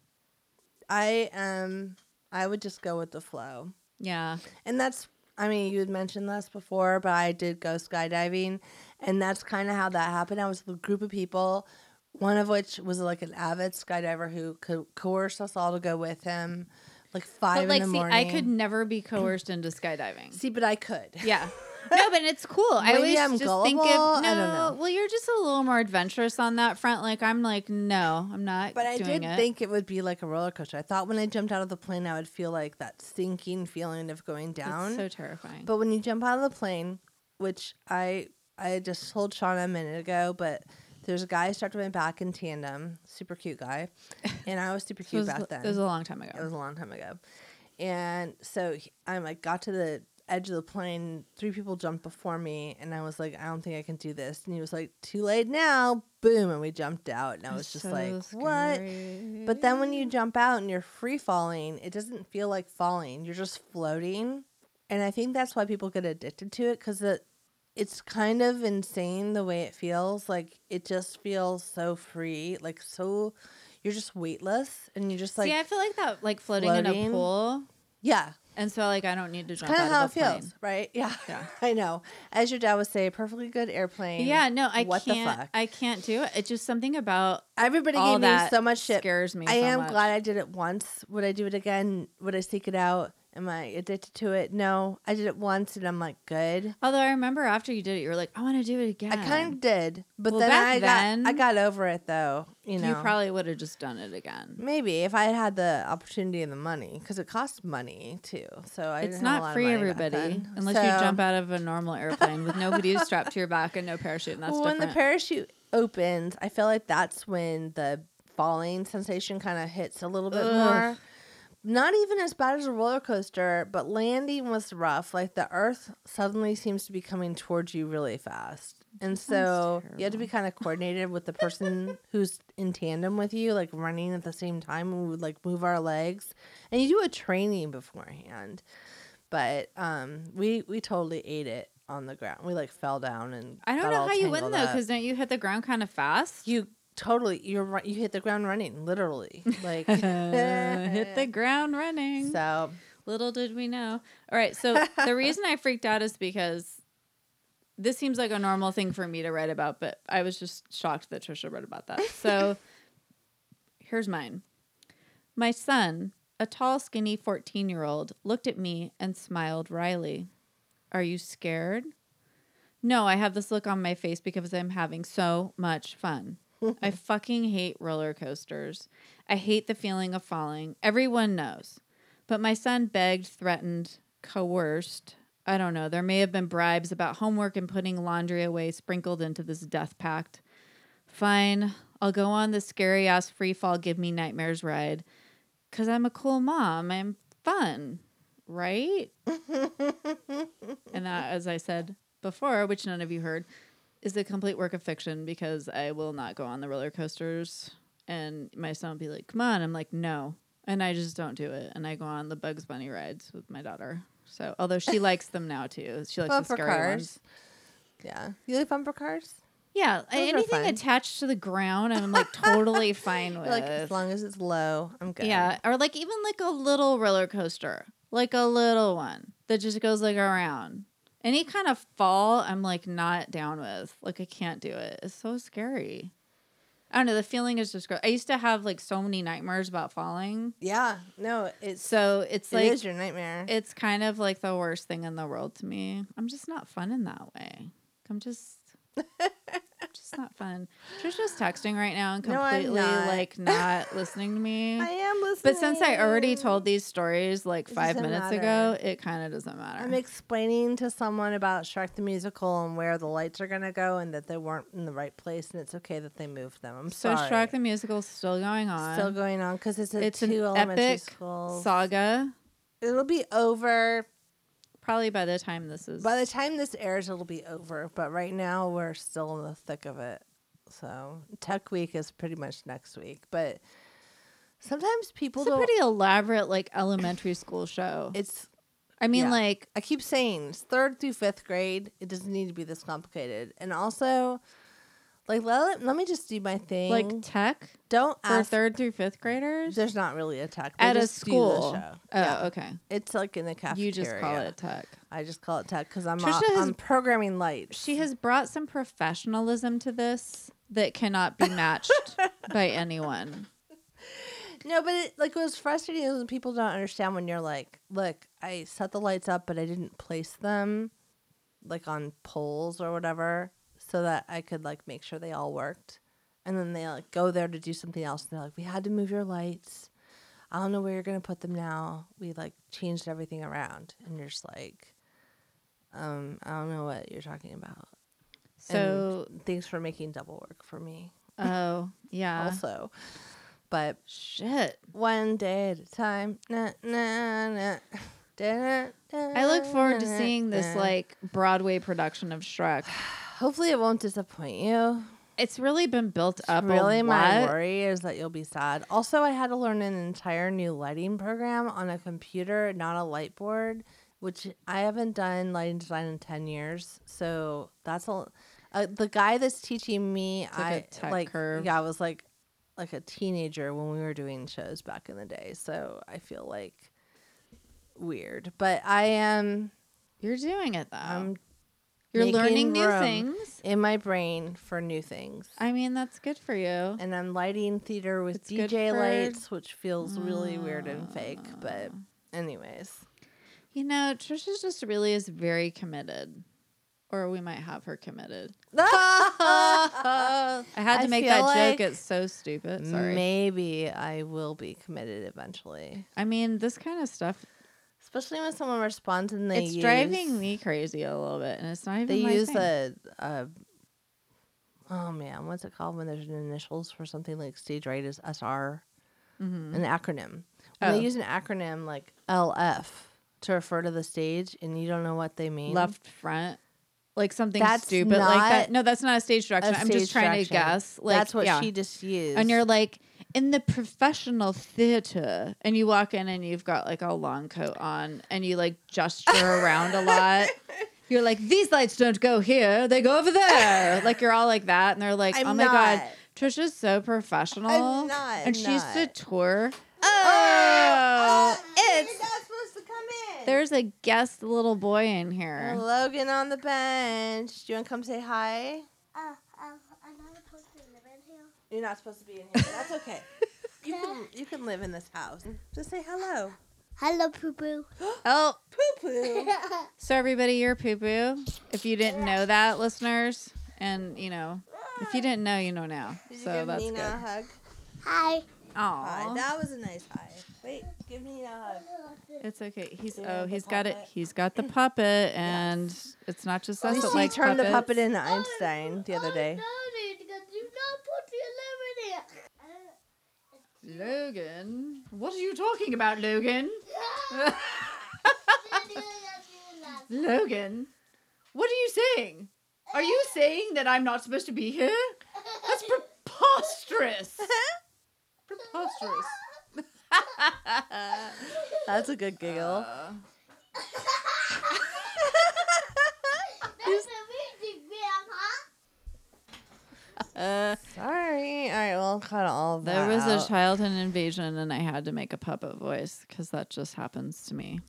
S2: I am. I would just go with the flow.
S1: Yeah.
S2: And that's, I mean, you had mentioned this before, but I did go skydiving. And that's kind of how that happened. I was with a group of people, one of which was like an avid skydiver who co- coerced us all to go with him, like five
S1: But like,
S2: in
S1: see,
S2: the morning.
S1: I could never be coerced into skydiving.
S2: See, but I could.
S1: Yeah. No, but it's cool. I
S2: Maybe
S1: always
S2: I'm
S1: just think of no.
S2: gullible. I don't know.
S1: Well, you're just a little more adventurous on that front. Like I'm like, no, I'm not.
S2: But I
S1: doing
S2: did
S1: it.
S2: think it would be like a roller coaster. I thought when I jumped out of the plane, I would feel like that sinking feeling of going down.
S1: it's so terrifying.
S2: But when you jump out of the plane, which I I just told Shauna a minute ago, but there's a guy who started my back in tandem, super cute guy, and I was super
S1: it
S2: cute
S1: was,
S2: back then.
S1: it was a long time ago.
S2: It was a long time ago, and so he- I'm like got to the edge of the plane. Three people jumped before me, and I was like, I don't think I can do this. And he was like, Too late now, boom, and we jumped out, and I was just
S1: So
S2: like, What?
S1: scary.
S2: But then when you jump out and you're free falling, it doesn't feel like falling. You're just floating. And I think that's why people get addicted to it because it, it's kind of insane the way it feels. Like it just feels so free, like so you're just weightless and you're just like,
S1: see, I feel like that, like floating, in a
S2: floating.
S1: pool,
S2: yeah,
S1: and so like I don't need to jump
S2: kind of how
S1: out
S2: it
S1: of the plane.
S2: feels, right? Yeah.
S1: Yeah.
S2: I know. As your dad would say, perfectly good airplane.
S1: Yeah, no, I
S2: what
S1: can't.
S2: the fuck?
S1: I can't do it. It's just something about
S2: Everybody
S1: all
S2: gave me
S1: that
S2: so much shit.
S1: scares me.
S2: I
S1: so
S2: am
S1: much.
S2: glad I did it once. Would I do it again? Would I seek it out? Am I addicted to it? No, I did it once and I'm like, good.
S1: Although I remember after you did it, you were like, "I want to do it again."
S2: I kind of did, but
S1: Well,
S2: then
S1: back
S2: I
S1: then-
S2: got I got over it though. You know,
S1: You probably would have just done it again.
S2: maybe if I had had the opportunity and the money, because it costs money too. So I
S1: It's
S2: didn't have a lot
S1: not
S2: of
S1: free,
S2: money back
S1: everybody,
S2: then.
S1: unless
S2: So-
S1: you jump out of a normal airplane with nobody strapped to your back and no parachute. And that's
S2: Well, when the
S1: different.
S2: parachute opens, I feel like that's when the falling sensation kind of hits a little bit
S1: Ugh.
S2: more. Not even as bad as a roller coaster, but landing was rough. Like the earth suddenly seems to be coming towards you really fast. And so you had to be kind of coordinated with the person who's in tandem with you, like running at the same time. and We would like move our legs, and you do a training beforehand. But um, we we totally ate it on the ground. We like fell down and
S1: I don't
S2: got
S1: know
S2: all
S1: how you win
S2: tangled
S1: though,
S2: up
S1: because don't you hit the ground kind of fast?
S2: you totally you're ri- you hit the ground running literally like
S1: Uh, hit the ground running.
S2: so
S1: Little did we know. All right, so the reason I freaked out is because this seems like a normal thing for me to write about, but I was just shocked that Trisha wrote about that. So here's mine. My son, a tall, skinny 14 year old, looked at me and smiled wryly. Are you scared? No, I have this look on my face because I'm having so much fun. I fucking hate roller coasters. I hate the feeling of falling. Everyone knows. But my son begged, threatened, coerced. I don't know. There may have been bribes about homework and putting laundry away sprinkled into this death pact. Fine, I'll go on this scary ass free fall, give me nightmares ride. Cause I'm a cool mom. I'm fun, right? and that, as I said before, which none of you heard, is the complete work of fiction because I will not go on the roller coasters. And my son will be like, come on. I'm like, no. And I just don't do it. And I go on the Bugs Bunny rides with my daughter. So, although she likes them now too, she likes
S2: Well,
S1: the
S2: for
S1: scary ones.
S2: cars. yeah you like bumper cars
S1: Yeah, uh,
S2: Those are
S1: anything
S2: fun.
S1: attached to the ground, I'm like totally fine with.
S2: You're like as long as it's low i'm good
S1: yeah, or like even like a little roller coaster, like a little one that just goes like around. Any kind of fall, I'm like not down with. Like I can't do it. It's so scary. I don't know. The feeling is just. Gross. I used to have like so many nightmares about falling.
S2: yeah no it's
S1: So it's
S2: it
S1: like
S2: is your nightmare
S1: it's kind of like the worst thing in the world to me. I'm just not fun in that way. I'm just I'm just not fun. Trisha's texting right now and
S2: No, I'm
S1: completely
S2: not.
S1: like not listening to me.
S2: i am listening
S1: But since I already told these stories like
S2: It
S1: five
S2: doesn't
S1: minutes ago,
S2: matter.
S1: it kind of doesn't matter.
S2: i'm explaining to someone about shrek the musical and where the lights are going to go and that they weren't in the right place and it's okay that they moved them i'm
S1: so
S2: sorry
S1: Shrek the musical's still going on.
S2: still going on because it's a
S1: it's an
S2: two elementary
S1: epic
S2: schools.
S1: saga.
S2: it'll be over
S1: Probably by the time this is
S2: By the time this airs, it'll be over. But right now, we're still in the thick of it. So Tech Week is pretty much next week. But sometimes people
S1: it's a
S2: don't.
S1: pretty elaborate like elementary school show.
S2: it's
S1: I mean,
S2: Yeah.
S1: like,
S2: I keep saying it's third through fifth grade. It doesn't need to be this complicated. And also, like let, let me just do my thing.
S1: like tech
S2: don't
S1: for
S2: ask.
S1: third through fifth graders
S2: There's not really a tech They
S1: at a
S2: just do the
S1: school.
S2: show.
S1: Oh,
S2: Yeah.
S1: okay.
S2: It's like in the cafeteria.
S1: You just call it tech.
S2: I just call it tech because I'm
S1: Trisha
S2: on,
S1: has-
S2: I'm programming lights.
S1: She has brought some professionalism to this that cannot be matched by anyone.
S2: No, but it, like it was frustrating when people don't understand when you're like, look, I set the lights up, but I didn't place them like on poles or whatever, so that I could like make sure they all worked. And then they like go there to do something else, and they're like, we had to move your lights. I don't know where you're gonna put them now. We like changed everything around, and you're just like, um, I don't know what you're talking about.
S1: So,
S2: and thanks for making double work for me,
S1: oh, yeah.
S2: also. But
S1: Shit.
S2: one day at a time. Na, na, na. Da, da,
S1: I look forward to
S2: da,
S1: seeing this
S2: da.
S1: like Broadway production of Shrek.
S2: Hopefully, it won't disappoint you.
S1: It's really been built up
S2: really,
S1: a
S2: my
S1: lot.
S2: worry is that you'll be sad. Also, I had to learn an entire new lighting program on a computer, not a light board, which I haven't done lighting design in ten years. So that's a uh, the guy that's teaching me.
S1: like a
S2: I
S1: tech
S2: like
S1: curve.
S2: yeah, I was like like a teenager when we were doing shows back in the day. So I feel like weird, but I am.
S1: You're doing it though.
S2: I'm
S1: You're
S2: making
S1: learning new
S2: room
S1: things.
S2: in my brain for new things.
S1: I mean, that's good for you.
S2: and I'm lighting theater with
S1: It's good
S2: DJ
S1: for- Ah.
S2: lights, which feels really weird and fake. But, anyways,
S1: You know, Trisha just really is very committed, or we might have her committed. I had to
S2: I
S1: make
S2: feel
S1: that
S2: like
S1: joke. It's so stupid. Sorry.
S2: maybe I will be committed eventually,
S1: I mean, this kind of stuff.
S2: especially when someone responds and they
S1: it's
S2: use,
S1: driving me crazy a little bit, and it's not even.
S2: They
S1: my
S2: use
S1: thing.
S2: a, a oh man, what's it called when there's an initials for something like stage right is SR, an acronym. When
S1: Mm-hmm. Oh.
S2: they use an acronym like LF to refer to the stage, and you don't know what they mean.
S1: left front, like something
S2: That's
S1: stupid like
S2: not
S1: that. No, that's not a stage
S2: a
S1: direction. I'm
S2: stage
S1: just trying to
S2: direction.
S1: guess. Like
S2: that's what
S1: yeah.
S2: she just used.
S1: And you're like in the professional theater, and you walk in and you've got like a long coat on, and you like gesture around a lot. You're like, these lights don't go here; they go over there. Like you're all like that, and they're like,
S2: I'm
S1: "Oh my god,
S2: not.
S1: Trisha's so professional."
S2: I'm not,
S1: and she used to
S2: not.
S1: tour. Oh,
S2: you're not Oh, supposed to come in.
S1: there's a guest little boy in here.
S2: Logan on the bench. Do you want to come say hi?
S4: Uh, um, I'm not supposed to live in here.
S2: You're not supposed to be in here. but That's okay. you can you can live in this house. Just say hello.
S4: Hello, poo poo.
S1: Oh,
S2: Poo poo.
S1: So everybody, you're poo poo. If you didn't know that, listeners, and you know, if you didn't know, you know now.
S2: Did you
S1: So
S2: give
S1: that's
S2: Nina a
S1: good.
S2: hug?
S4: Hi.
S2: Hi.
S1: Oh,
S2: That was a nice hi. Wait, give Nina a hug.
S1: it's okay. He's
S2: Yeah,
S1: oh,
S2: the
S1: he's got it.
S2: puppet.
S1: He's got the puppet, and it's not just us that
S2: At least he
S1: like
S2: turned
S1: puppets.
S2: the puppet into Einstein the other day.
S4: because you not supposed to live in here.
S1: Logan, what are you talking about, Logan? Logan, what are you saying? Are you saying that I'm not supposed to be here? That's preposterous. preposterous.
S2: That's a good giggle.
S1: Uh,
S4: That's amazing, Grandma.
S2: Sorry. All right. Well, cut all of that.
S1: There was a
S2: out.
S1: childhood invasion, and I had to make a puppet voice because that just happens to me.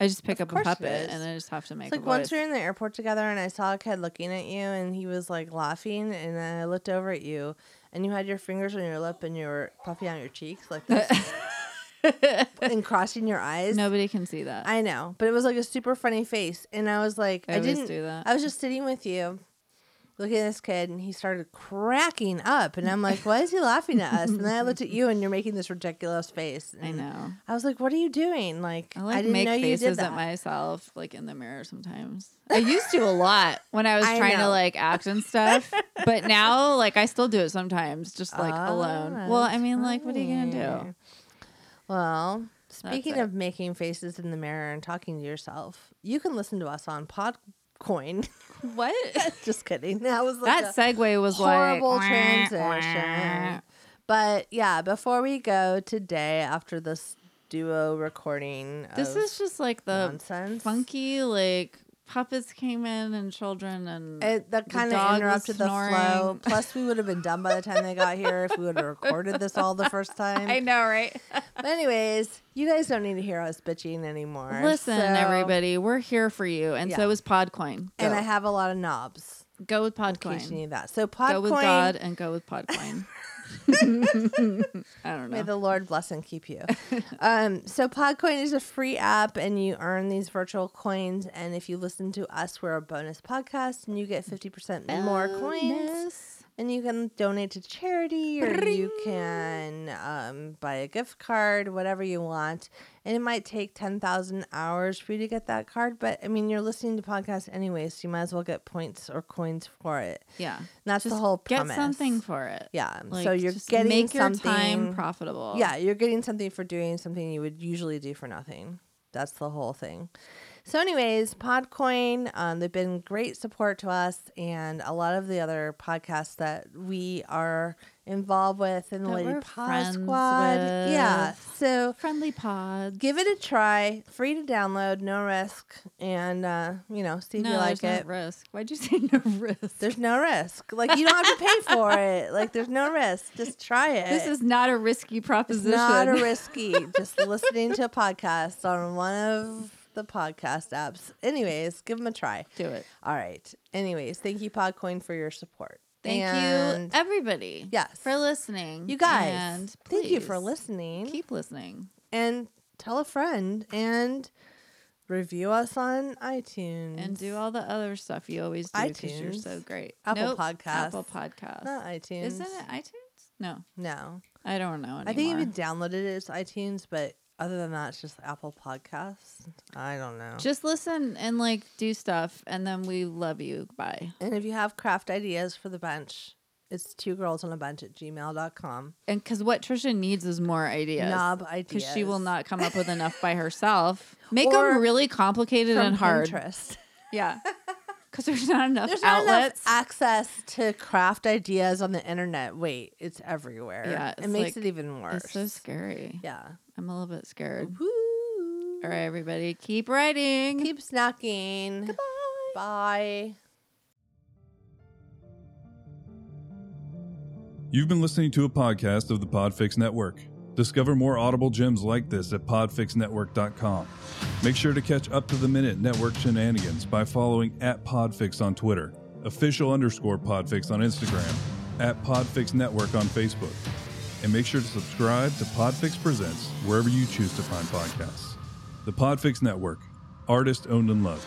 S1: I just pick up a
S2: course it
S1: puppet
S2: is.
S1: and I just have to make
S2: It's like
S1: a
S2: once
S1: voice.
S2: we were in the airport together and I saw a kid looking at you and he was like laughing and I looked over at you and you had your fingers on your lip and you were puffing out your cheeks like this and crossing your eyes.
S1: Nobody can see that.
S2: I know, but it was like a super funny face and I was like
S1: I
S2: I,
S1: always
S2: didn't
S1: do that.
S2: I was just sitting with you looking at this kid and he started cracking up and I'm like, Why is he laughing at us? And then I looked at you and you're making this ridiculous face.
S1: I,
S2: and
S1: know.
S2: I was like, What are you doing? Like
S1: I like
S2: didn't
S1: make
S2: know you did
S1: faces
S2: that.
S1: at myself, like in the mirror sometimes. I used to a lot when I was
S2: I
S1: trying to
S2: know.
S1: like act and stuff, but now like I still do it sometimes, just like
S2: Ah,
S1: alone. Well, I
S2: that's
S1: mean, like, what are you gonna do?
S2: funny. Well, speaking
S1: it.
S2: of making faces in the mirror and talking to yourself, you can listen to us on Podcoin.
S1: What?
S2: Just kidding. That was like
S1: that
S2: a
S1: segue was
S2: horrible
S1: like
S2: transition. But yeah, before we go today, after this duo recording.
S1: This
S2: of
S1: is just like the
S2: nonsense.
S1: funky, like puppets came in and children and
S2: It, that
S1: The
S2: kind
S1: dog
S2: of
S1: was
S2: interrupted the flow.
S1: snoring.
S2: Plus, we would have been done by the time they got here if we would have recorded this all the first time.
S1: I know, right?
S2: But anyways, you guys don't need to hear us bitching anymore.
S1: Listen,
S2: so-
S1: everybody, we're here for you, and
S2: Yeah.
S1: so is Podcoin.
S2: And I
S1: Go.
S2: have a lot of knobs.
S1: go with
S2: In case you
S1: Podcoin.
S2: need that. So
S1: Go with
S2: Podcoin,
S1: God and go with Podcoin. I don't
S2: may
S1: know.
S2: the Lord bless and keep you. um, so Podcoin is a free app, and you earn these virtual coins. And if you listen to us, we're a bonus podcast, and you get fifty percent more coins. And you can donate to charity or you can um, buy a gift card, whatever you want. And it might take 10,000 hours for you to get that card. But I mean, you're listening to podcasts anyway, so you might as well get points or coins for it.
S1: Yeah.
S2: And that's the
S1: Just
S2: whole
S1: Get
S2: premise.
S1: something for it.
S2: Yeah.
S1: Like,
S2: so you're
S1: just
S2: getting
S1: make your
S2: something.
S1: time profitable.
S2: Yeah, you're getting something for doing something you would usually do for nothing. That's the whole thing. So, anyways, Podcoin, um, they've been great support to us and a lot of the other podcasts that we are involved with in the
S1: That
S2: Lady
S1: we're
S2: Pod
S1: friends
S2: Squad. Yeah. So,
S1: Friendly pods.
S2: give it a try. Free to download, no risk. And, uh, you know, see if
S1: no,
S2: you like
S1: there's
S2: it.
S1: no risk. Why'd you say no risk?
S2: there's no risk. Like, you don't have to pay for it. Like, there's no risk. Just try it.
S1: This is not a risky proposition.
S2: Not a risky. just listening to a podcast on one of the podcast apps. Anyways, give them a try.
S1: Do it.
S2: All right. Anyways, thank you, Podcoin, for your support.
S1: Thank
S2: And
S1: you, everybody.
S2: Yes.
S1: For listening.
S2: You guys,
S1: And
S2: thank you for
S1: please
S2: listening.
S1: Keep listening.
S2: and tell a friend and review us on iTunes.
S1: And do all the other stuff you always do because you're
S2: iTunes.
S1: so great.
S2: Apple
S1: Nope,
S2: Podcasts.
S1: Apple Podcasts.
S2: Not iTunes.
S1: Isn't it iTunes? No.
S2: No.
S1: I don't know anymore.
S2: I think if you downloaded it, it's iTunes, but other than that, it's just Apple Podcasts. I don't know.
S1: Just listen and like do stuff, and then we love you. Bye.
S2: And if you have craft ideas for the bench, it's two girls on a bench at gmail.com.
S1: And because what Trisha needs is more ideas.
S2: Knob ideas.
S1: Because she will not come up with enough by herself. Make them
S2: Or
S1: really complicated
S2: From
S1: and hard.
S2: Pinterest.
S1: Yeah. Because there's not enough
S2: There's not
S1: outlets.
S2: enough access to craft ideas on the internet. Wait, it's everywhere.
S1: Yeah,
S2: it
S1: it's
S2: makes
S1: like-
S2: it even worse.
S1: it's so scary.
S2: yeah.
S1: I'm a little bit scared.
S2: Woo.
S1: All right, everybody, keep writing.
S2: Keep snacking. Goodbye. Bye.
S5: You've been listening to a podcast of the Podfix Network. Discover more audible gems like this at podfixnetwork.com. Make sure to catch up to the minute network shenanigans by following at Podfix on Twitter, official underscore Podfix on Instagram, at Podfix Network on Facebook. And make sure to subscribe to Podfix Presents wherever you choose to find podcasts. The Podfix Network, artist owned and loved.